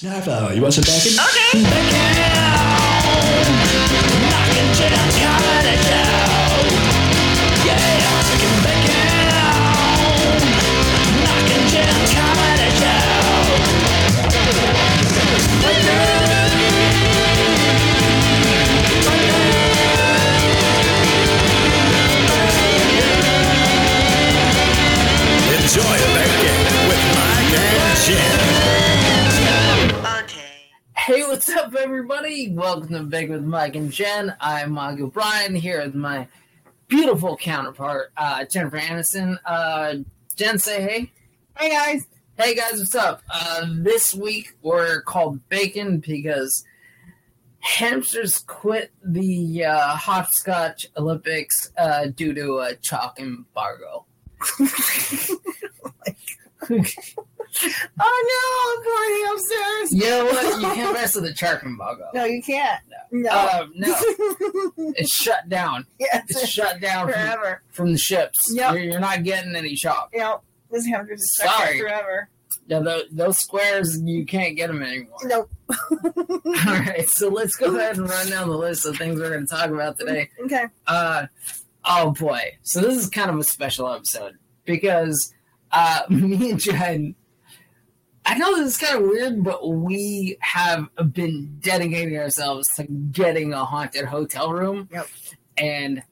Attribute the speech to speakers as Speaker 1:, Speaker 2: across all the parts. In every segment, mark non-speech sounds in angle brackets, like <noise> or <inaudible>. Speaker 1: Never. You want some bacon?
Speaker 2: Okay.
Speaker 3: Knocking shit out, coming at you. Yeah, chicken bacon. Knocking shit out, coming at you.
Speaker 4: Enjoy bacon with Mike and Jim.
Speaker 2: Okay.
Speaker 5: Hey, what's up, everybody? Welcome to Big with Mike and Jen. I'm Mike O'Brien here with my beautiful counterpart, uh, Jennifer Aniston. Uh, Jen, say hey.
Speaker 6: Hey guys,
Speaker 5: Hey, guys, what's up? Uh, this week we're called Bacon because hamsters quit the uh, hopscotch Olympics uh, due to a chalk embargo.
Speaker 6: oh no, I'm pouring upstairs.
Speaker 5: You know what? You can't mess with the chalk embargo.
Speaker 6: No, you can't. <laughs> No, <laughs>
Speaker 5: Uh, no, it's shut down. It's
Speaker 6: yes,
Speaker 5: shut
Speaker 6: <laughs>
Speaker 5: down from
Speaker 6: forever.
Speaker 5: from the ships.
Speaker 6: Yep.
Speaker 5: You're, you're not getting any chalk.
Speaker 6: You know, this hamster's is stuck
Speaker 5: Sorry.
Speaker 6: here forever.
Speaker 5: Yeah, tho- those squares, you can't get them anymore.
Speaker 6: <laughs> No,
Speaker 5: All right, so let's go ahead and run down the list of things we're going to talk about today.
Speaker 6: okay.
Speaker 5: Uh, oh boy. So this is kind of a special episode because uh, <laughs> me and Jen, I know this is kind of weird, but we have been dedicating ourselves to getting a haunted hotel room.
Speaker 6: Yep.
Speaker 5: And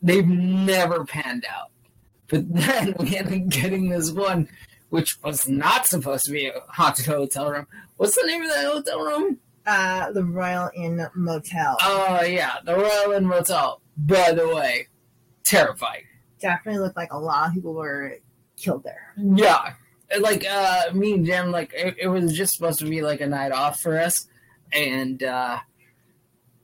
Speaker 5: they've never panned out. But <laughs> then we ended up getting this one, which was not supposed to be a haunted hotel room. What's the name of that hotel room?
Speaker 6: Uh, the Royal Inn Motel.
Speaker 5: Oh yeah, the Royal Inn Motel. By the way, terrifying.
Speaker 6: Definitely looked like a lot of people were killed there.
Speaker 5: Yeah, And, like uh, me and Jim, like it, it was just supposed to be like a night off for us, and uh, <sighs>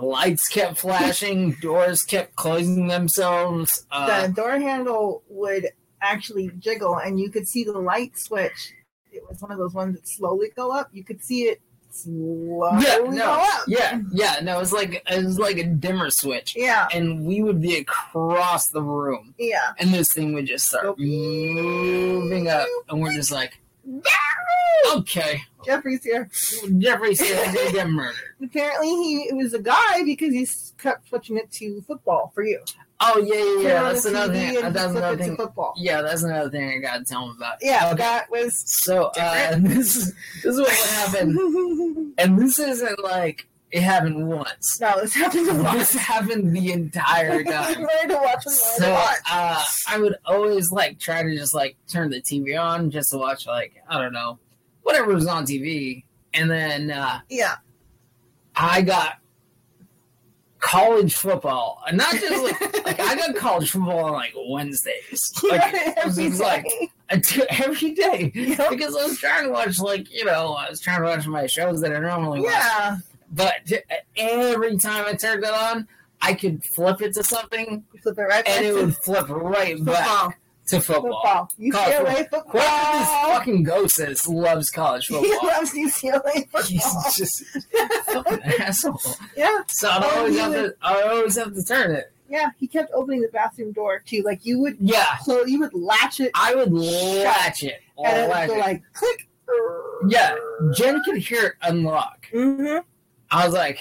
Speaker 5: lights kept
Speaker 6: <laughs>
Speaker 5: flashing, doors kept closing themselves. Uh,
Speaker 6: the door handle would actually jiggle, and you could see the light switch. It was one of those ones that slowly go up. You could see it slowly
Speaker 5: yeah,
Speaker 6: go
Speaker 5: no,
Speaker 6: up.
Speaker 5: yeah, yeah, no. It was like it was like a dimmer switch,
Speaker 6: Yeah,
Speaker 5: and we would be across the room,
Speaker 6: yeah.
Speaker 5: and this thing would just start
Speaker 6: Nope.
Speaker 5: moving up, and we're just like, okay.
Speaker 6: Jeffrey's here.
Speaker 5: Jeffrey Steele did get murdered.
Speaker 6: Apparently, he it was a guy because he s- kept switching it to football for you.
Speaker 5: Oh yeah, yeah, yeah.
Speaker 6: Turn on
Speaker 5: That's
Speaker 6: the
Speaker 5: another
Speaker 6: TV
Speaker 5: thing.
Speaker 6: and
Speaker 5: That's
Speaker 6: flip
Speaker 5: another
Speaker 6: it to
Speaker 5: thing.
Speaker 6: Football.
Speaker 5: Yeah, that's another thing I gotta tell him about.
Speaker 6: Yeah,
Speaker 5: Okay.
Speaker 6: that was. <laughs>
Speaker 5: So uh, <laughs> this is this is what happened,
Speaker 6: no,
Speaker 5: and this isn't like it happened
Speaker 6: <laughs>
Speaker 5: once.
Speaker 6: this happened a lot.
Speaker 5: This happened the entire
Speaker 6: <laughs>
Speaker 5: time.
Speaker 6: Learn to watch and learn to
Speaker 5: So
Speaker 6: watch.
Speaker 5: uh, I would always like try to just like turn the TV on just to watch like I don't know whatever was on TV, and then uh,
Speaker 6: Yeah,
Speaker 5: I got college football, and not just like, like I got college football on like
Speaker 6: <laughs>
Speaker 5: Wednesdays, like it was
Speaker 6: Every
Speaker 5: just like
Speaker 6: day.
Speaker 5: I do- <laughs> every day because I was trying to watch like you know I was trying to watch my shows that I normally watch,
Speaker 6: yeah,
Speaker 5: but j- every time I turned it on, I could flip it to something
Speaker 6: You flip it right back
Speaker 5: and it
Speaker 6: to
Speaker 5: would flip right back
Speaker 6: football.
Speaker 5: to football.
Speaker 6: Football. UCLA
Speaker 5: College
Speaker 6: football.
Speaker 5: Whoever this
Speaker 6: <laughs>
Speaker 5: fucking ghost is loves college
Speaker 6: He
Speaker 5: football.
Speaker 6: loves UCLA football.
Speaker 5: He's just fucking asshole.
Speaker 6: Yeah,
Speaker 5: So I
Speaker 6: Oh,
Speaker 5: always
Speaker 6: he
Speaker 5: have to, I always have to turn it.
Speaker 6: yeah. He kept opening the bathroom door too. Like you would,
Speaker 5: Yeah,
Speaker 6: close, you would latch it,
Speaker 5: I would latch it.
Speaker 6: and it
Speaker 5: Latch
Speaker 6: would go
Speaker 5: it.
Speaker 6: like click.
Speaker 5: Yeah, Jen could hear it unlock.
Speaker 6: Mm-hmm.
Speaker 5: I was like,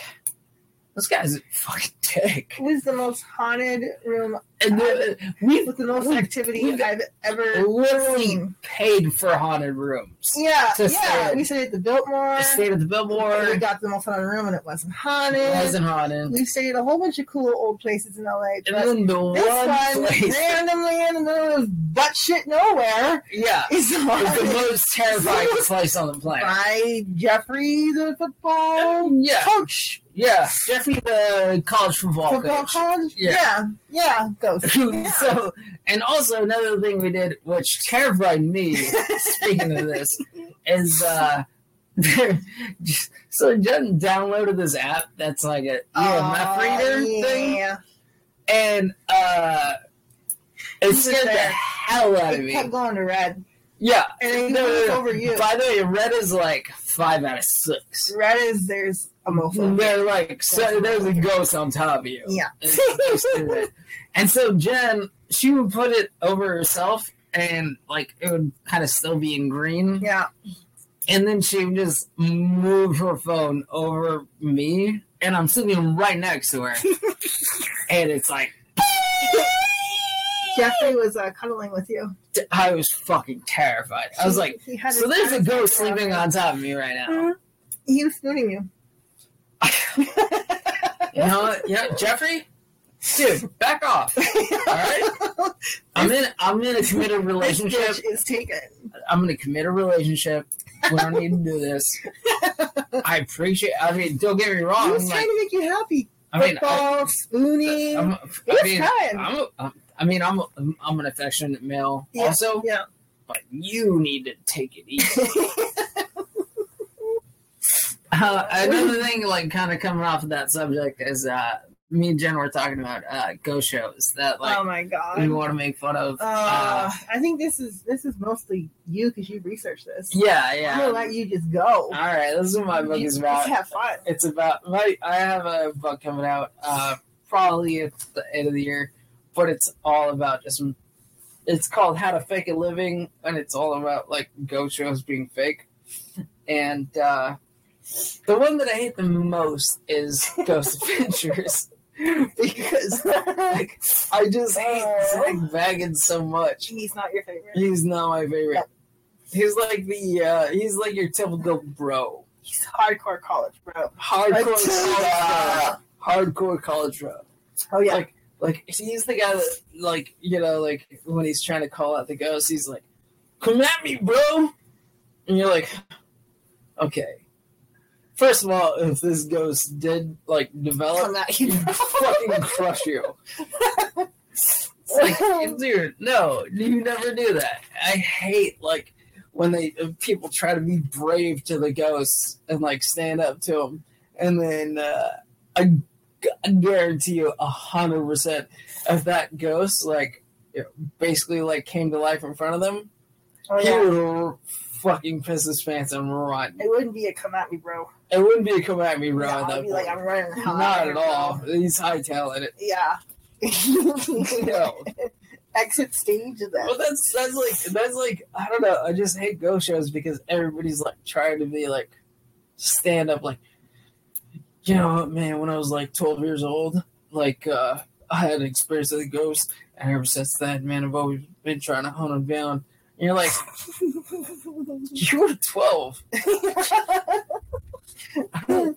Speaker 5: this guy's a fucking dick.
Speaker 6: It was the most haunted room
Speaker 5: And then uh, we
Speaker 6: with the most
Speaker 5: We-
Speaker 6: activity
Speaker 5: we-
Speaker 6: I've ever
Speaker 5: literally
Speaker 6: seen.
Speaker 5: paid for haunted rooms.
Speaker 6: Yeah,
Speaker 5: to
Speaker 6: yeah.
Speaker 5: stay.
Speaker 6: We stayed at the Biltmore.
Speaker 5: I stayed at the
Speaker 6: and We
Speaker 5: Billboard.
Speaker 6: got the most haunted room, and it wasn't
Speaker 5: It
Speaker 6: haunted.
Speaker 5: wasn't haunted.
Speaker 6: we stayed at a whole bunch of cool old places in LA.
Speaker 5: And
Speaker 6: but
Speaker 5: then the
Speaker 6: this
Speaker 5: one
Speaker 6: one,
Speaker 5: place,
Speaker 6: randomly in the middle of butt shit nowhere,
Speaker 5: yeah, was
Speaker 6: is
Speaker 5: the
Speaker 6: haunted
Speaker 5: most terrifying place on the planet. Um,
Speaker 6: by Jeffrey, the football
Speaker 5: Yeah,
Speaker 6: coach,
Speaker 5: yeah. Jeffy, the college football
Speaker 6: football
Speaker 5: coach.
Speaker 6: college.
Speaker 5: Yeah.
Speaker 6: Yeah, yeah, ghost.
Speaker 5: <laughs> so, and also another thing we did, which terrified
Speaker 6: <laughs>
Speaker 5: me. speaking of this, is uh, <laughs> so Jen downloaded this app that's like a EMF
Speaker 6: Aw,
Speaker 5: reader thing,
Speaker 6: yeah.
Speaker 5: and uh, it
Speaker 6: You
Speaker 5: scared the
Speaker 6: said-
Speaker 5: hell out of
Speaker 6: It
Speaker 5: me.
Speaker 6: kept going to red.
Speaker 5: Yeah,
Speaker 6: And it
Speaker 5: No, no,
Speaker 6: goes
Speaker 5: no.
Speaker 6: over you.
Speaker 5: By the way, red is like five out of six.
Speaker 6: Red is there's a mofo.
Speaker 5: They're like so, there's a ghost on top of
Speaker 6: <laughs>
Speaker 5: you.
Speaker 6: Yeah.
Speaker 5: <laughs> And it's supposed to do it. And so Jen, she would put it over herself and like it would kind of still be in green.
Speaker 6: Yeah.
Speaker 5: And then she would just move her phone over me, and I'm sitting right next to
Speaker 6: <laughs>
Speaker 5: her. and it's like,
Speaker 6: Jeffrey was uh, cuddling with you.
Speaker 5: I was fucking terrified. I was like,
Speaker 6: He had
Speaker 5: so
Speaker 6: his
Speaker 5: there's a
Speaker 6: arms
Speaker 5: ghost
Speaker 6: wrapped around
Speaker 5: sleeping
Speaker 6: you.
Speaker 5: on top of me right
Speaker 6: <laughs>
Speaker 5: now.
Speaker 6: Mhm. He was
Speaker 5: <laughs>
Speaker 6: spooning you.
Speaker 5: You know what? You know, Jeffrey, dude, back off. All
Speaker 6: <laughs>
Speaker 5: right, I'm in. I'm in a committed
Speaker 6: This
Speaker 5: relationship.
Speaker 6: bitch is taken.
Speaker 5: I'm gonna commit a relationship. We don't need to do this. I appreciate. I mean, don't get me
Speaker 6: He
Speaker 5: wrong.
Speaker 6: was
Speaker 5: Oh, Like,
Speaker 6: trying to make you happy.
Speaker 5: I mean, I,
Speaker 6: Football, spooning.
Speaker 5: I'm,
Speaker 6: He was
Speaker 5: I mean,
Speaker 6: trying.
Speaker 5: I'm, a, I'm, I mean, I'm, a, I'm an affectionate male
Speaker 6: Yeah,
Speaker 5: also,
Speaker 6: yeah.
Speaker 5: but you need to take it easy.
Speaker 6: <laughs>
Speaker 5: <laughs> uh, another thing, like, kind of coming off of that subject is uh, me and Jen were talking about uh, ghost shows that, like,
Speaker 6: oh my god.
Speaker 5: we want to make fun of.
Speaker 6: uh, I think this is this is mostly you because you researched this.
Speaker 5: yeah,
Speaker 6: I'm gonna
Speaker 5: yeah.
Speaker 6: let you just go.
Speaker 5: All right, this is what my book
Speaker 6: You
Speaker 5: is
Speaker 6: just
Speaker 5: about.
Speaker 6: have fun.
Speaker 5: It's about my. I have a book coming out uh, probably at the end of the year, but it's all about just. It's called How to Fake a Living, and it's all about like ghost shows being fake. And uh, the one that I hate the most is Ghost Adventures because like I just hate Zach Baggins so much.
Speaker 6: <laughs> He's not your favorite.
Speaker 5: He's not my favorite. He's like the uh, he's like your typical bro
Speaker 6: He's hardcore college, bro.
Speaker 5: hardcore college
Speaker 6: Attila!
Speaker 5: rock. Hardcore college rock.
Speaker 6: Oh yeah.
Speaker 5: Like- Like he's the guy that like you know, like when he's trying to call out the ghost, he's like, Come at me, bro And you're like Okay. First of all, if this ghost did like
Speaker 6: Come
Speaker 5: develop <laughs>
Speaker 6: at
Speaker 5: he'd
Speaker 6: you.
Speaker 5: fucking crush you. It's like, dude, no, you never do that. I hate like when they uh, people try to be brave to the ghosts and like stand up to them, and then uh, I, gu- I guarantee you a hundred percent if that ghost like you know, basically like came to life in front of them,
Speaker 6: oh
Speaker 5: he
Speaker 6: yeah.
Speaker 5: would r- fucking piss his pants and run.
Speaker 6: It wouldn't be a come at me, bro.
Speaker 5: It wouldn't be a come at me run.
Speaker 6: yeah,
Speaker 5: at
Speaker 6: I'd
Speaker 5: that
Speaker 6: be like, I'm
Speaker 5: point.
Speaker 6: running. high,
Speaker 5: Not at
Speaker 6: bro.
Speaker 5: all. He's hightailing it.
Speaker 6: Yeah. <laughs>
Speaker 5: No.
Speaker 6: Exit stage of
Speaker 5: Well,
Speaker 6: that.
Speaker 5: that's that's like that's like I don't know. I just hate ghost shows because everybody's like trying to be like stand up. Like, you know, what, man, when I was like twelve years old, like uh, I had an experience with a ghost, and ever since then, man, I've always been trying to hunt them down. And you're like, <laughs> you were twelve.
Speaker 6: You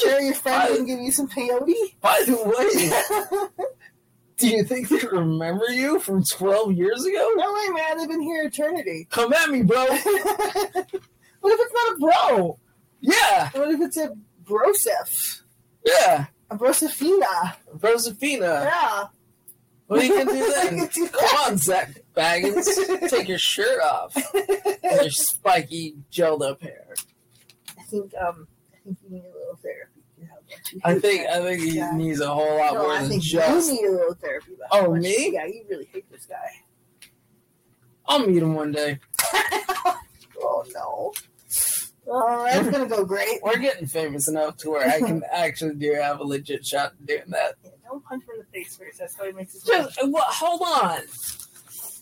Speaker 6: sure your friend didn't give you some peyote?
Speaker 5: By the way,
Speaker 6: <laughs>
Speaker 5: do you think they remember you from twelve years ago?
Speaker 6: No way, man. I've been here eternity. <laughs>
Speaker 5: Come at me, bro.
Speaker 6: What if it's not a bro?
Speaker 5: Yeah,
Speaker 6: What if it's a brosif?
Speaker 5: yeah,
Speaker 6: A brosifina?
Speaker 5: Rosafina.
Speaker 6: Yeah.
Speaker 5: What are you gonna
Speaker 6: <laughs>
Speaker 5: do
Speaker 6: You
Speaker 5: then?
Speaker 6: can do
Speaker 5: Come
Speaker 6: that.
Speaker 5: on, Zach Baggins, take your shirt off and your spiky gelled up hair.
Speaker 6: I think um, I think you need a little therapy. You have what you
Speaker 5: I
Speaker 6: hate
Speaker 5: think
Speaker 6: that.
Speaker 5: I think he
Speaker 6: Yeah.
Speaker 5: needs a whole lot
Speaker 6: no,
Speaker 5: more
Speaker 6: I
Speaker 5: than
Speaker 6: think
Speaker 5: just.
Speaker 6: you need a little therapy. about
Speaker 5: Oh,
Speaker 6: how much-
Speaker 5: me?
Speaker 6: Yeah, you really hate this guy.
Speaker 5: I'll meet him one day.
Speaker 6: Oh no. Oh, that's gonna go great.
Speaker 5: We're getting famous enough to where I
Speaker 6: <laughs>
Speaker 5: can actually do have a legit shot at doing that.
Speaker 6: Yeah, don't punch him in the face first. That's how he makes his.
Speaker 5: Just, well, hold on.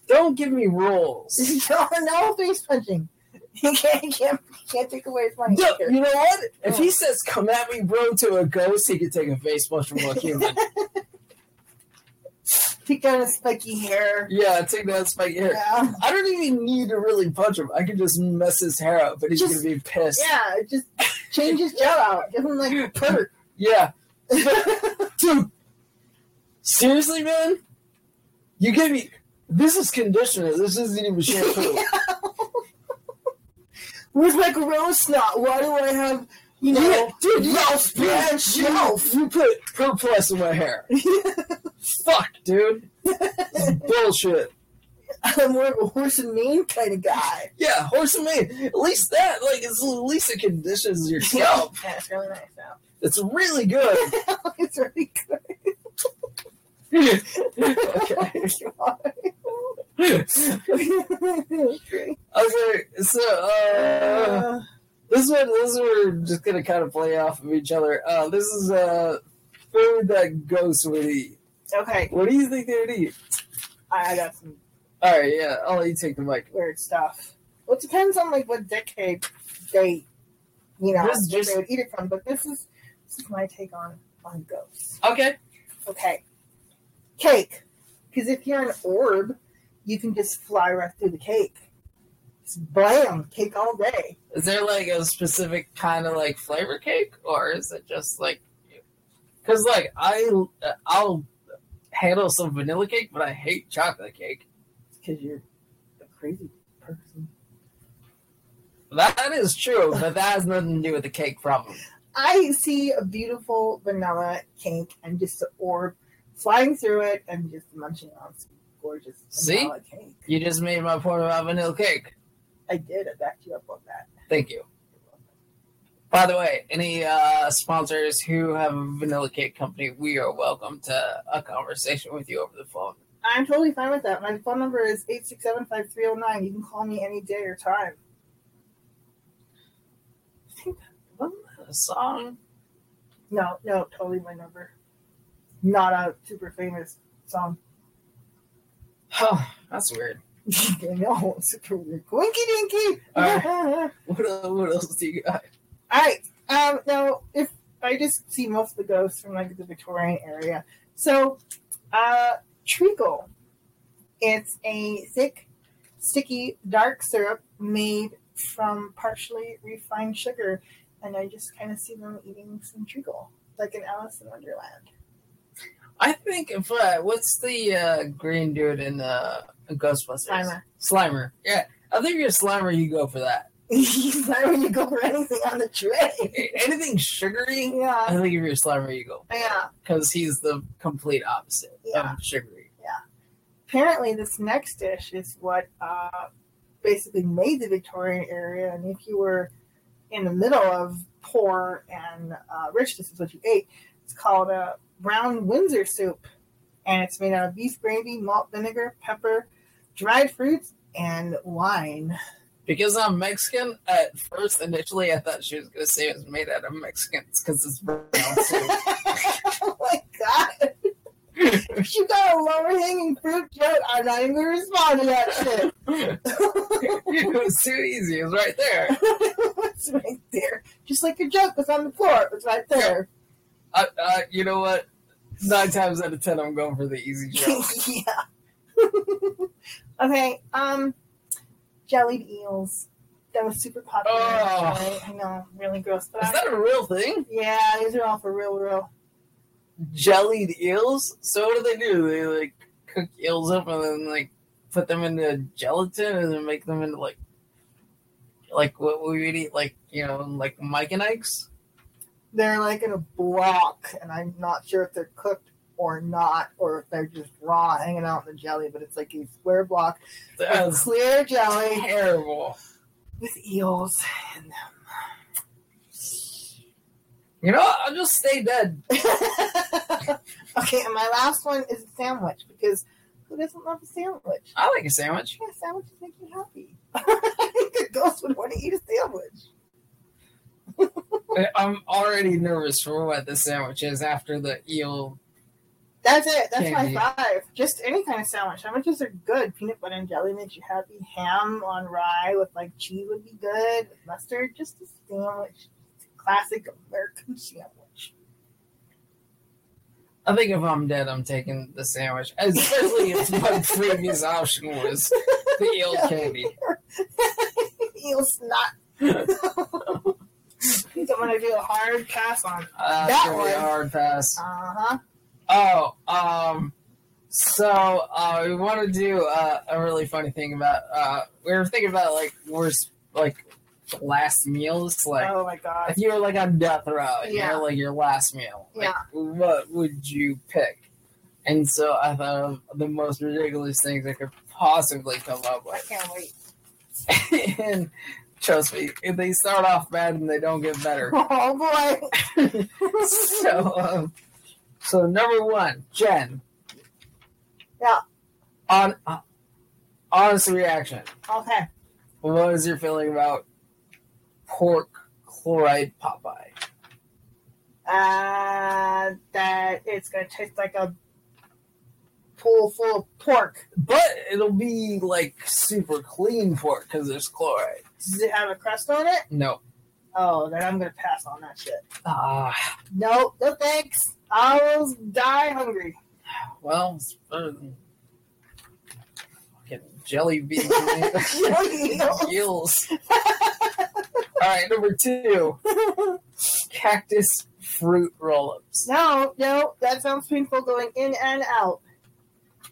Speaker 5: Don't give me
Speaker 6: <laughs>
Speaker 5: rules.
Speaker 6: no, no face punching. <laughs> You can't, you can't, you can't take away his money.
Speaker 5: No,
Speaker 6: either.
Speaker 5: you know what? If
Speaker 6: Oh.
Speaker 5: he says "come at me, bro" to a ghost, he could take a face punch from a
Speaker 6: <laughs>
Speaker 5: human.
Speaker 6: Take down his spiky hair.
Speaker 5: yeah, take that spiky hair.
Speaker 6: Yeah,
Speaker 5: I don't even need to really punch him. I can just mess his hair up, but he's
Speaker 6: Just-
Speaker 5: gonna be pissed.
Speaker 6: yeah. Just change his gel out. Give him like a perk.
Speaker 5: Yeah. <laughs> Dude, seriously, man? You gave me. This is conditioner. This isn't <laughs> even shampoo.
Speaker 6: Where's my gorilla snot? Why do I have you know?
Speaker 5: You- dude, you,
Speaker 6: Ralph
Speaker 5: you-
Speaker 6: Lauren
Speaker 5: you,
Speaker 6: shelf? <laughs>
Speaker 5: you put Pro Plus in my <laughs> hair. Fuck, dude. This is bullshit.
Speaker 6: I'm more of a horse and mane kind of guy.
Speaker 5: Yeah, horse and mane. At least that, like, it's, at least it conditions <laughs> your
Speaker 6: Yeah,
Speaker 5: scalp.
Speaker 6: it's really nice now.
Speaker 5: It's really good.
Speaker 6: <laughs>
Speaker 5: <laughs>
Speaker 6: It's really good. <laughs>
Speaker 5: okay. <laughs> Okay, so uh,
Speaker 6: Uh,
Speaker 5: this one, this one, we're just gonna kind of play off of each other. Uh, this is uh, food that ghosts would eat.
Speaker 6: okay,
Speaker 5: What do you think they would eat?
Speaker 6: I I got some
Speaker 5: All right, yeah, I'll let you take the mic.
Speaker 6: weird stuff. Well, it depends on like what decade they, you know,
Speaker 5: This
Speaker 6: where
Speaker 5: just-
Speaker 6: they would eat it from. But this is this is my take on on ghosts.
Speaker 5: Okay.
Speaker 6: Okay, cake, because if you're an orb, you can just fly right through the cake. Just blam, cake all day.
Speaker 5: Is there like a specific kind of like flavor cake, or is it just like? Because like I I'll handle some vanilla cake, but I hate chocolate cake.
Speaker 6: Because you're a crazy person.
Speaker 5: That is true, but that has nothing to do with the cake problem.
Speaker 6: I see a beautiful vanilla cake and just an orb flying through it and just munching on some gorgeous
Speaker 5: See?
Speaker 6: vanilla cake.
Speaker 5: You just made my point about vanilla cake.
Speaker 6: I did. I backed you up on that.
Speaker 5: Thank you. By the way, any uh, sponsors who have a vanilla cake company, we are welcome to a conversation with you over the phone.
Speaker 6: I'm totally fine with that. My phone number is 867-5309. You can call me any day or time.
Speaker 5: Wasn't that A song?
Speaker 6: No, no, totally my number. Not a super famous song. <laughs>
Speaker 5: Oh, that's weird.
Speaker 6: no, <laughs> super weird. Winky dinky.
Speaker 5: All
Speaker 6: <laughs>
Speaker 5: right. What else, what else do you got?
Speaker 6: All right. Um, now, if I just see most of the ghosts from like the Victorian area, so uh, treacle. It's a thick, sticky, dark syrup made from partially refined sugar, and I just kind of see them eating some treacle, like in Alice in Wonderland. <laughs>
Speaker 5: I think if uh, what's the uh, green dude in uh, Ghostbusters?
Speaker 6: Slimer.
Speaker 5: Slimer. Yeah, I think if you're Slimer, you go for that.
Speaker 6: He's not when you go for anything on the tray.
Speaker 5: Anything sugary, I
Speaker 6: Yeah,
Speaker 5: think if you're Slimer, you go
Speaker 6: yeah.
Speaker 5: because he's the complete opposite
Speaker 6: Yeah.
Speaker 5: of sugary.
Speaker 6: apparently this next dish is what uh, basically made the victorian area and if you were in the middle of poor and uh, rich this is what you ate it's called a brown windsor soup and it's made out of beef gravy malt vinegar pepper dried fruits and wine <laughs>
Speaker 5: Because I'm Mexican, at first initially I thought she was gonna say it was made out of Mexicans because it's brown soup. <laughs>
Speaker 6: oh my god if you got a lower hanging fruit joke i'm not even gonna respond to that shit <laughs>
Speaker 5: it was too easy. It was right there.
Speaker 6: it's right there just like your joke was on the floor it was right there
Speaker 5: I, I, you know what? Nine times out of ten, I'm going for the easy joke.
Speaker 6: <laughs> yeah. <laughs> okay. Um, jellied eels. That was super popular.
Speaker 5: Oh.
Speaker 6: actually. I know, really gross. But
Speaker 5: Is
Speaker 6: I,
Speaker 5: that a real thing?
Speaker 6: yeah, these are all for real, real.
Speaker 5: Jellied eels? So what do they do? They like cook eels up and then like put them into gelatin and then make them into like like what we would eat like you know like Mike and Ike's.
Speaker 6: They're like in a block, and I'm not sure if they're cooked or not, or if they're just raw, hanging out in the jelly. But it's like a square block <laughs> of
Speaker 5: That's
Speaker 6: clear jelly
Speaker 5: terrible.
Speaker 6: with eels. <laughs> in
Speaker 5: You know, what? I'll just stay dead.
Speaker 6: them. okay, and my last one is a sandwich because who doesn't love a sandwich?
Speaker 5: I like a sandwich.
Speaker 6: Yeah, sandwiches make you happy. <laughs> I think a ghost would want to eat a sandwich.
Speaker 5: I- I'm already nervous for what the sandwich is after the eel.
Speaker 6: That's it. That's
Speaker 5: Can't be.
Speaker 6: my five. Just any kind of sandwich. Sandwiches are good. Peanut butter and jelly makes you happy. Ham on rye with like cheese would be good. Mustard, just a sandwich. It's a classic American sandwich. <laughs>
Speaker 5: I think if I'm dead, I'm taking the sandwich, especially <laughs> if my previous option was the eel candy.
Speaker 6: Eels <laughs> not. I'm gonna do a hard pass on.
Speaker 5: Uh,
Speaker 6: That
Speaker 5: that
Speaker 6: one.
Speaker 5: hard pass.
Speaker 6: Uh huh.
Speaker 5: Oh, um, so uh, we want to do uh, a really funny thing about. Uh, we were thinking about like worst like last meals, like
Speaker 6: Oh my god.
Speaker 5: if you were like on death row and
Speaker 6: Yeah.
Speaker 5: you were like your last meal, like,
Speaker 6: Yeah.
Speaker 5: what would you pick? And so I thought of the most ridiculous things I could possibly come up
Speaker 6: I
Speaker 5: with. <laughs>
Speaker 6: can't wait. <laughs>
Speaker 5: and trust me, if they start off bad and they don't get better.
Speaker 6: <laughs> Oh boy.
Speaker 5: so, um, so number one, Jen.
Speaker 6: Yeah.
Speaker 5: On uh, honest reaction,
Speaker 6: Okay.
Speaker 5: what is your feeling about pork chloride Popeye?
Speaker 6: Uh, that it's gonna taste like a pool full of pork.
Speaker 5: But it'll be like super clean pork because there's chloride.
Speaker 6: Does it have a crust on it?
Speaker 5: No.
Speaker 6: Oh, then I'm gonna pass on that shit.
Speaker 5: Ah,
Speaker 6: No, no thanks. I'll die hungry.
Speaker 5: well, it's better than fucking jelly beans. <laughs> Gills. All right, number two, cactus fruit roll-ups.
Speaker 6: No, no, that sounds painful going in and out.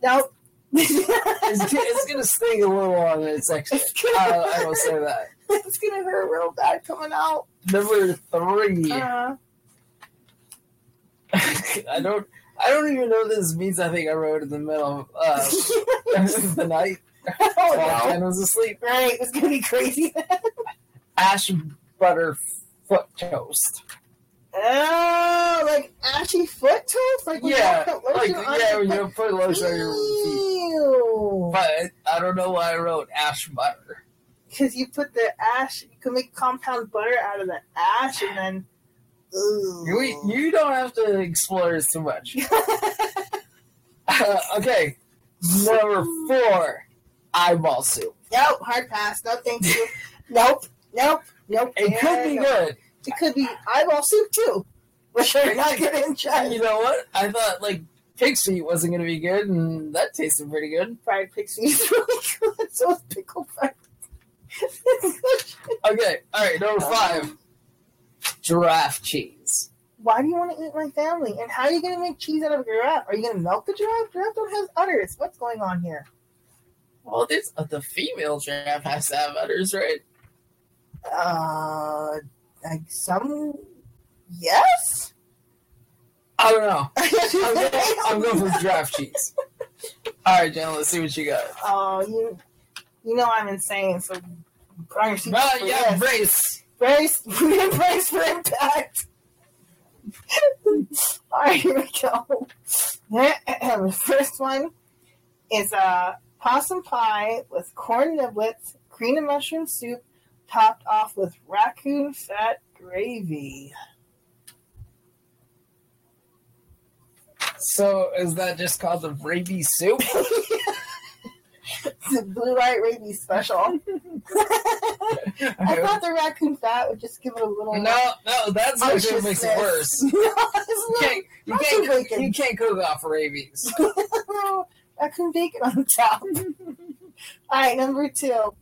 Speaker 6: Nope. <laughs>
Speaker 5: It's,
Speaker 6: it's
Speaker 5: it's gonna sting a little on its section. Uh, I will say that.
Speaker 6: it's gonna hurt real bad coming out.
Speaker 5: Number three. <laughs>
Speaker 6: Uh,
Speaker 5: I don't. I don't even know what this means. I think I wrote in the middle of
Speaker 6: Uh-huh.
Speaker 5: uh, <laughs> the night
Speaker 6: oh, <laughs>
Speaker 5: while
Speaker 6: no.
Speaker 5: Ken was asleep.
Speaker 6: Right, it's gonna be crazy. <laughs>
Speaker 5: Ash butter foot toast.
Speaker 6: oh, like ashy foot toast? Like when you
Speaker 5: Yeah,
Speaker 6: put
Speaker 5: Like
Speaker 6: lotion on
Speaker 5: yeah,
Speaker 6: your
Speaker 5: when
Speaker 6: foot?
Speaker 5: you put lotion on your feet.
Speaker 6: Ew.
Speaker 5: But I don't know why I wrote ash butter.
Speaker 6: Because you put the ash, you can make compound butter out of the ash, and then. Ooh.
Speaker 5: You e- you don't have to explore this too much. Uh, okay, number four, eyeball soup.
Speaker 6: <laughs> Nope, hard pass. No, thank you. nope, nope, nope.
Speaker 5: It could
Speaker 6: Yeah,
Speaker 5: be
Speaker 6: no.
Speaker 5: good.
Speaker 6: It could be eyeball soup too, which we're not gonna
Speaker 5: And you
Speaker 6: enjoy.
Speaker 5: know what? I thought like pig's feet wasn't gonna be good, and that tasted pretty good.
Speaker 6: Fried pixie is <laughs> really good. So is pickle fried.
Speaker 5: Okay, all right, number five. Giraffe cheese.
Speaker 6: <laughs> Why do you want to eat my family? And how are you gonna make cheese out of a giraffe? Are you gonna milk the giraffe? Giraffe don't have udders. What's going on here?
Speaker 5: Well, this uh, the female giraffe has to have udders, right?
Speaker 6: Uh, like some. Yes.
Speaker 5: I don't know.
Speaker 6: <laughs>
Speaker 5: I'm going, I'm going for giraffe cheese. All right, Jen, let's see what you got.
Speaker 6: Oh, you, you know I'm insane. So put on your seatbelt.
Speaker 5: Well,
Speaker 6: for
Speaker 5: yeah,
Speaker 6: this.
Speaker 5: brace.
Speaker 6: brace, <laughs> brace for impact. <laughs> All right, here we go. the <clears throat> first one is a possum pie with corn niblets, green and mushroom soup, topped off with raccoon fat gravy. <laughs>
Speaker 5: So, is that just called the rabies soup?
Speaker 6: It's a blue light rabies special. <laughs> I
Speaker 5: Okay.
Speaker 6: thought the raccoon fat would just give it a little.
Speaker 5: No, no, that's actually what makes it worse.
Speaker 6: Consciousness. No,
Speaker 5: You
Speaker 6: <laughs> it's not.
Speaker 5: can't, you
Speaker 6: That's
Speaker 5: can't,
Speaker 6: a
Speaker 5: cook,
Speaker 6: bacon.
Speaker 5: you can't cook off rabies.
Speaker 6: no, I couldn't bake it on
Speaker 5: <laughs>
Speaker 6: top. All right, number two.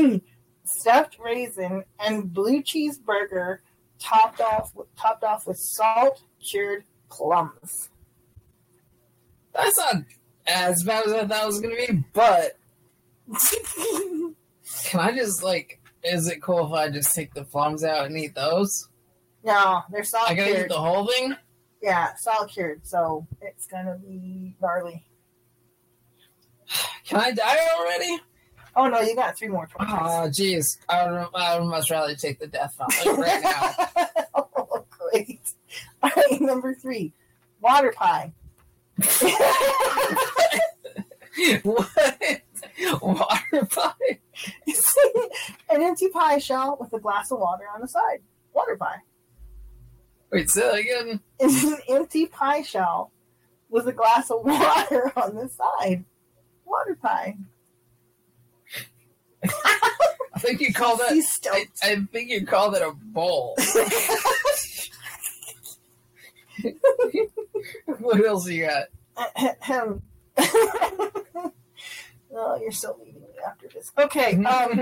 Speaker 6: <clears throat> Stuffed raisin and blue cheese burger topped off topped off with salt cured plums. <laughs>
Speaker 5: That's not as bad as I thought it was going to be, but Can I just like? Is it cool if I just take the plums out and eat those?
Speaker 6: no, they're salt
Speaker 5: I gotta eat
Speaker 6: cured.
Speaker 5: the whole thing.
Speaker 6: Yeah, salt cured, so it's gonna be gnarly.
Speaker 5: Can I die already?
Speaker 6: Oh no, you got three more twenty.
Speaker 5: Oh, jeez. I would, I would much rather take the death gauntlet
Speaker 6: <laughs>
Speaker 5: right now.
Speaker 6: oh, great. All right, number three, water pie. <laughs>
Speaker 5: what? Water pie?
Speaker 6: an empty pie shell with a glass of water on the side. Water pie. <laughs>
Speaker 5: Wait, say that again.
Speaker 6: It's an empty pie shell with a glass of <laughs> water on the side. Water pie.
Speaker 5: I think you call that.
Speaker 6: He's
Speaker 5: I,
Speaker 6: stoked.
Speaker 5: I think you call that a bowl. <laughs> what else you got?
Speaker 6: Ahem. <laughs> oh, you're so leaving me after this. Okay,
Speaker 5: <laughs>
Speaker 6: um,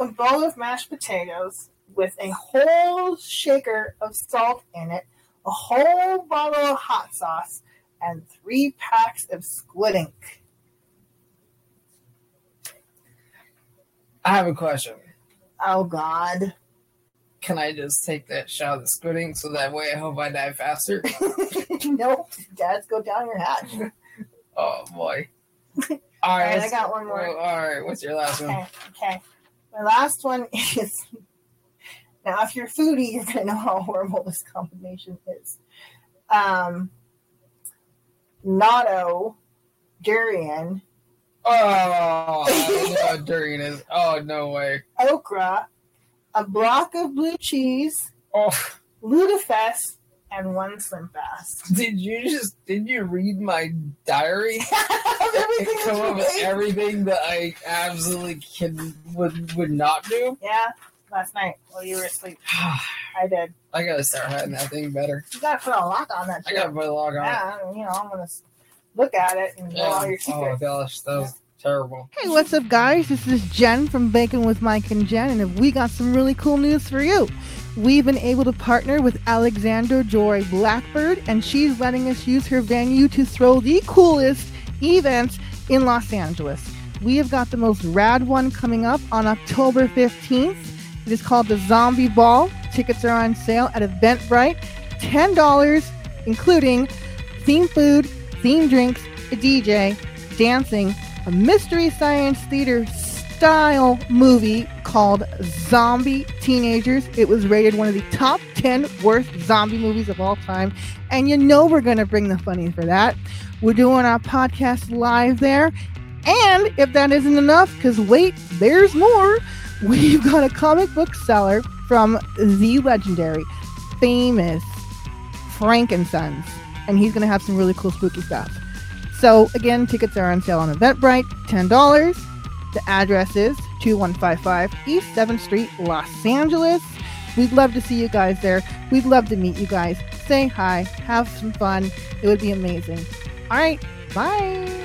Speaker 6: a bowl of mashed potatoes with a whole shaker of salt in it, a whole bottle of hot sauce, and three packs of squid ink.
Speaker 5: I have a question.
Speaker 6: Oh, God. <laughs>
Speaker 5: Can I just take that shot of the squid ink so that way I hope I die faster?
Speaker 6: nope. Dads go down your hat.
Speaker 5: Oh
Speaker 6: <laughs>
Speaker 5: boy. All
Speaker 6: All
Speaker 5: right, Oh,
Speaker 6: right, I got one more.
Speaker 5: all right, what's your last one?
Speaker 6: Okay, okay. My last one <laughs> is now if you're a foodie, you're gonna know how horrible this combination is. Um natto durian,
Speaker 5: Oh, I don't know how dirty it is. Oh no way.
Speaker 6: okra, a block of blue cheese,
Speaker 5: Oh,
Speaker 6: Ludafest, and one slim fast.
Speaker 5: Did you just did you read my <laughs> diary?
Speaker 6: Of everything
Speaker 5: Come
Speaker 6: <laughs> that
Speaker 5: up
Speaker 6: you
Speaker 5: with
Speaker 6: ate.
Speaker 5: everything that I absolutely can would would not do.
Speaker 6: Yeah, last night while you
Speaker 5: <sighs>
Speaker 6: were asleep,
Speaker 5: I
Speaker 6: I did.
Speaker 5: gotta start hiding that thing better.
Speaker 6: You gotta put a lock on that.
Speaker 5: I
Speaker 6: shit.
Speaker 5: gotta put a log on. it.
Speaker 6: Yeah, I mean, you know, I'm gonna s- look at it and know all
Speaker 5: <laughs> Yeah.
Speaker 6: your
Speaker 5: Oh my
Speaker 6: secrets.
Speaker 5: gosh, that was terrible.
Speaker 1: Hey, what's up, guys? This is Jen from Bacon with Mike and Jen, and we got some really cool news for you. We've been able to partner with Alexander Joy Blackbird, and she's letting us use her venue to throw the coolest events in Los Angeles. We have got the most rad one coming up on October 15th. It is called the Zombie Ball. Tickets are on sale at Eventbrite, $10, including theme food, theme drinks, a DJ, dancing, a mystery science theater style movie called Zombie Teenagers. It was rated one of the top 10 worst zombie movies of all time. And you know we're going to bring the funny for that. We're doing our podcast live there. And if that isn't enough, because wait, there's more. <laughs> We've got a comic book seller from the legendary, famous Frankenstein's. And he's going to have some really cool spooky stuff. So again, tickets are on sale on Eventbrite, ten dollars. The address is 2155 East 7th Street, Los Angeles. We'd love to see you guys there. We'd love to meet you guys. Say hi, have some fun. It would be amazing. All right, bye.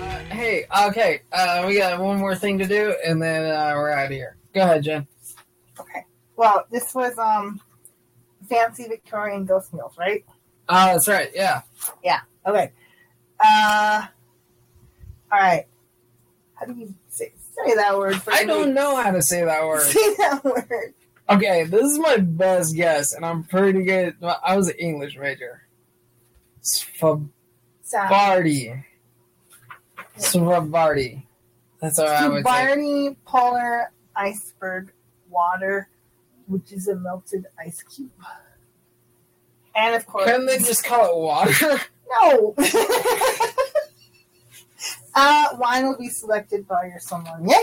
Speaker 5: Uh, hey, okay, uh, we got one more thing to do, and then uh, we're out of here. Go ahead, Jen.
Speaker 6: Well, this was um, fancy Victorian ghost meals, right?
Speaker 5: Uh, that's right. Yeah.
Speaker 6: Okay. Uh, all right. How do you say, say that word? For
Speaker 5: I
Speaker 6: me?
Speaker 5: don't know how to say that word.
Speaker 6: <laughs> say that word.
Speaker 5: <laughs> Okay, this is my best guess, and I'm pretty good. well, I was an English major. Sfabardi.
Speaker 6: Sound.
Speaker 5: Sfabardi. That's what I would say.
Speaker 6: Barney polar iceberg water, which is a melted ice cube. And of course,
Speaker 5: Couldn't they just call it water?
Speaker 6: no. <laughs> uh, wine will be selected by your sommelier,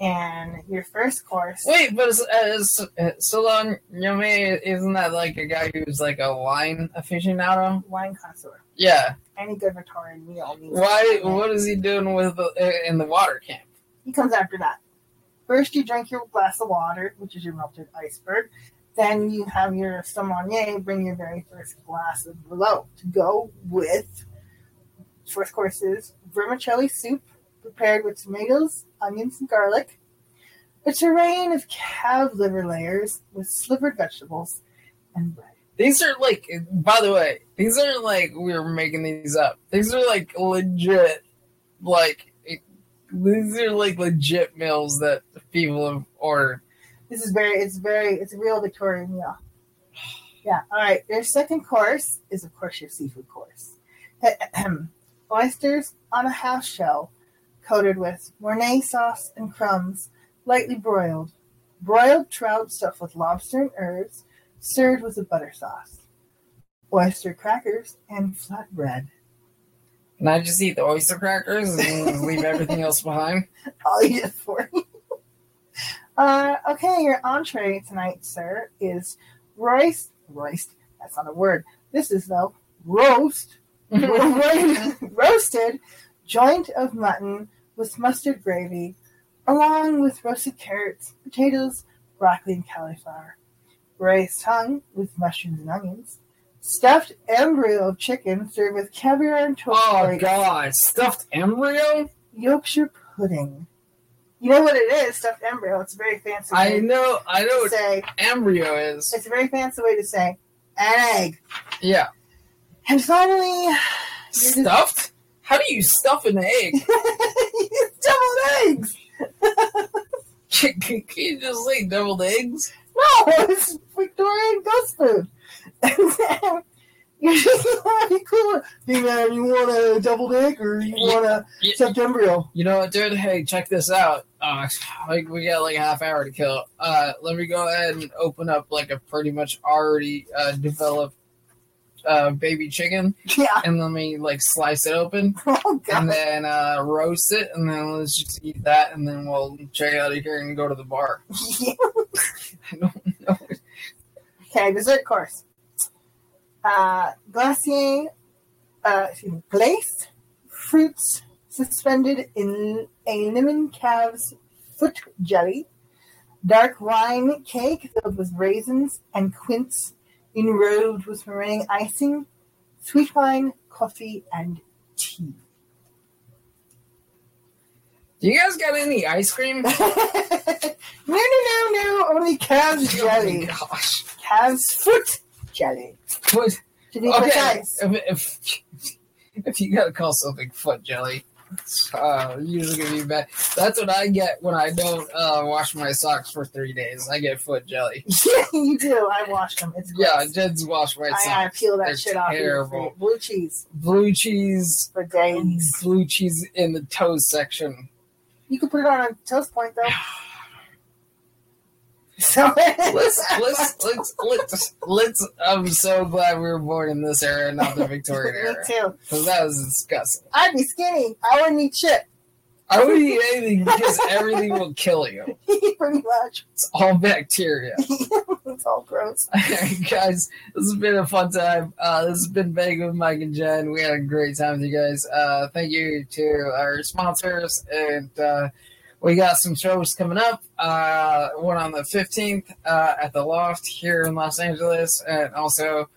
Speaker 6: and your first course.
Speaker 5: Wait, but it's, uh, it's, uh, Solon Yome, isn't that like a guy who's like a wine aficionado?
Speaker 6: Wine connoisseur.
Speaker 5: Yeah.
Speaker 6: Any good Victorian meal needs.
Speaker 5: Why?
Speaker 6: wine.
Speaker 5: What is he doing with the, uh, in the water camp?
Speaker 6: He comes after that. First, you drink your glass of water, which is your melted iceberg. Then you have your sommelier bring your very first glass of Merlot to go with first courses vermicelli soup prepared with tomatoes, onions, and garlic, a terrain of calf liver layers with slivered vegetables and bread.
Speaker 5: These are like, by the way, these aren't like we are making these up. These are like legit, like, it- these are like legit meals that people have ordered.
Speaker 6: This is very, it's very, it's a real Victorian meal. Yeah. All right. Their second course is, of course, your seafood course. <clears throat> Oysters on a half shell, coated with Mornay sauce and crumbs, lightly broiled. Broiled trout stuffed with lobster and herbs, served with a butter sauce. Oyster crackers and flatbread.
Speaker 5: And I just eat the oyster crackers and leave everything else behind.
Speaker 6: I'll eat it for you. <laughs> Uh, okay, your entree tonight, sir, is roast. Roast. That's not a word. This is though roast, <laughs>
Speaker 5: Oh,
Speaker 6: roasted joint of mutton with mustard gravy, along with roasted carrots, potatoes, broccoli, and cauliflower, raised tongue with mushrooms and onions, stuffed embryo of chicken served with caviar and toast.
Speaker 5: Oh
Speaker 6: flakes.
Speaker 5: god, stuffed embryo?
Speaker 6: Yorkshire pudding. You know what it is, stuffed embryo. It's a very fancy
Speaker 5: I
Speaker 6: way
Speaker 5: know, I know
Speaker 6: to
Speaker 5: what
Speaker 6: say.
Speaker 5: embryo is.
Speaker 6: It's a very fancy way to say an egg.
Speaker 5: Yeah,
Speaker 6: And finally, <laughs>
Speaker 5: stuffed. How do you stuff an egg? <laughs>
Speaker 6: doubled eggs.
Speaker 5: Can, can you just say deviled eggs?
Speaker 6: No, <laughs> it's Victorian ghost food. <laughs> You're just <laughs> gonna be cool. Hey man, you want a doubled egg or you want a
Speaker 5: You,
Speaker 6: stuffed embryo? <laughs>
Speaker 5: you know what, dude? Hey, check this out. Uh, like we got like a half hour to kill. Uh, let me go ahead and open up like a pretty much already uh, developed uh, baby chicken,
Speaker 6: Yeah.
Speaker 5: and let me like slice it open.
Speaker 6: Oh
Speaker 5: and
Speaker 6: god.
Speaker 5: then uh, roast it, and then let's just eat that, and then we'll check out of here and go to the bar.
Speaker 6: Yeah.
Speaker 5: <laughs> I don't know.
Speaker 6: Okay, dessert course. uh, glacier, uh, excuse me, glace fruits suspended in a lemon calf's foot jelly, dark wine cake filled with raisins and quince, enrobed with meringue icing, sweet wine, coffee, and tea. <laughs>
Speaker 5: Do you guys got any ice cream?
Speaker 6: no, no, no, no,
Speaker 5: <laughs>
Speaker 6: only calves jelly.
Speaker 5: Oh my gosh.
Speaker 6: Calves foot jelly.
Speaker 5: What?
Speaker 6: To be
Speaker 5: Okay.
Speaker 6: precise. <laughs>
Speaker 5: If, if, if you gotta call something foot jelly, it's uh, usually gonna be bad. That's what I get when I don't uh, wash my socks for three days. I get foot jelly.
Speaker 6: Yeah, you do. I washed them. It's
Speaker 5: Yeah,
Speaker 6: gross.
Speaker 5: Jed's wash my
Speaker 6: I gotta
Speaker 5: socks.
Speaker 6: peel that
Speaker 5: They're
Speaker 6: shit off.
Speaker 5: terrible. Oh,
Speaker 6: Blue cheese
Speaker 5: Blue cheese,
Speaker 6: for days.
Speaker 5: blue cheese in the toes section.
Speaker 6: You can put it on a toast point though. <laughs> So <laughs>
Speaker 5: Let's let's let's let's let's. I'm so glad we were born in this era, not the Victorian
Speaker 6: <laughs> me
Speaker 5: era,
Speaker 6: too.
Speaker 5: because that was disgusting.
Speaker 6: I'd be skinny. I wouldn't eat shit. <laughs>
Speaker 5: I wouldn't eat anything because everything will kill you.
Speaker 6: Pretty much.
Speaker 5: It's all bacteria.
Speaker 6: It's all gross.
Speaker 5: <laughs> guys, this has been a fun time. Uh, this has been Bang with Mike and Jen. We had a great time with you guys. Uh, thank you to our sponsors. And uh, we got some shows coming up. Uh, one on the 15th uh, at the Loft here in Los Angeles. And also,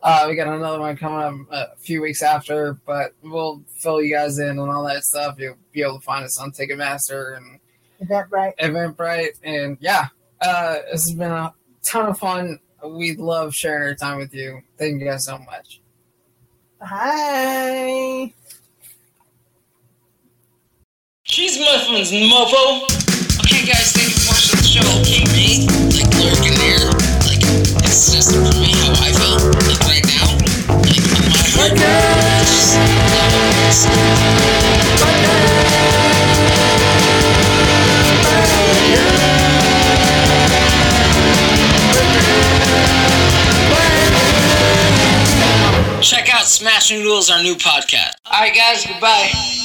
Speaker 5: uh, we got another one coming up a few weeks after. But we'll fill you guys in on all that stuff. You'll be able to find us on Ticketmaster and
Speaker 6: Is that right?
Speaker 5: Eventbrite, and yeah, uh, this has been a ton of fun. We love sharing our time with you. Thank you guys so much.
Speaker 6: Hi.
Speaker 7: Cheese muffins, mofo. Okay, guys, thank you for watching the show. Okay, me, like lurking there, like it's just for me how I feel, like right now, like in my heart. Just, yeah, it's- Check out Smashing Rules, our new podcast. All right, guys, goodbye.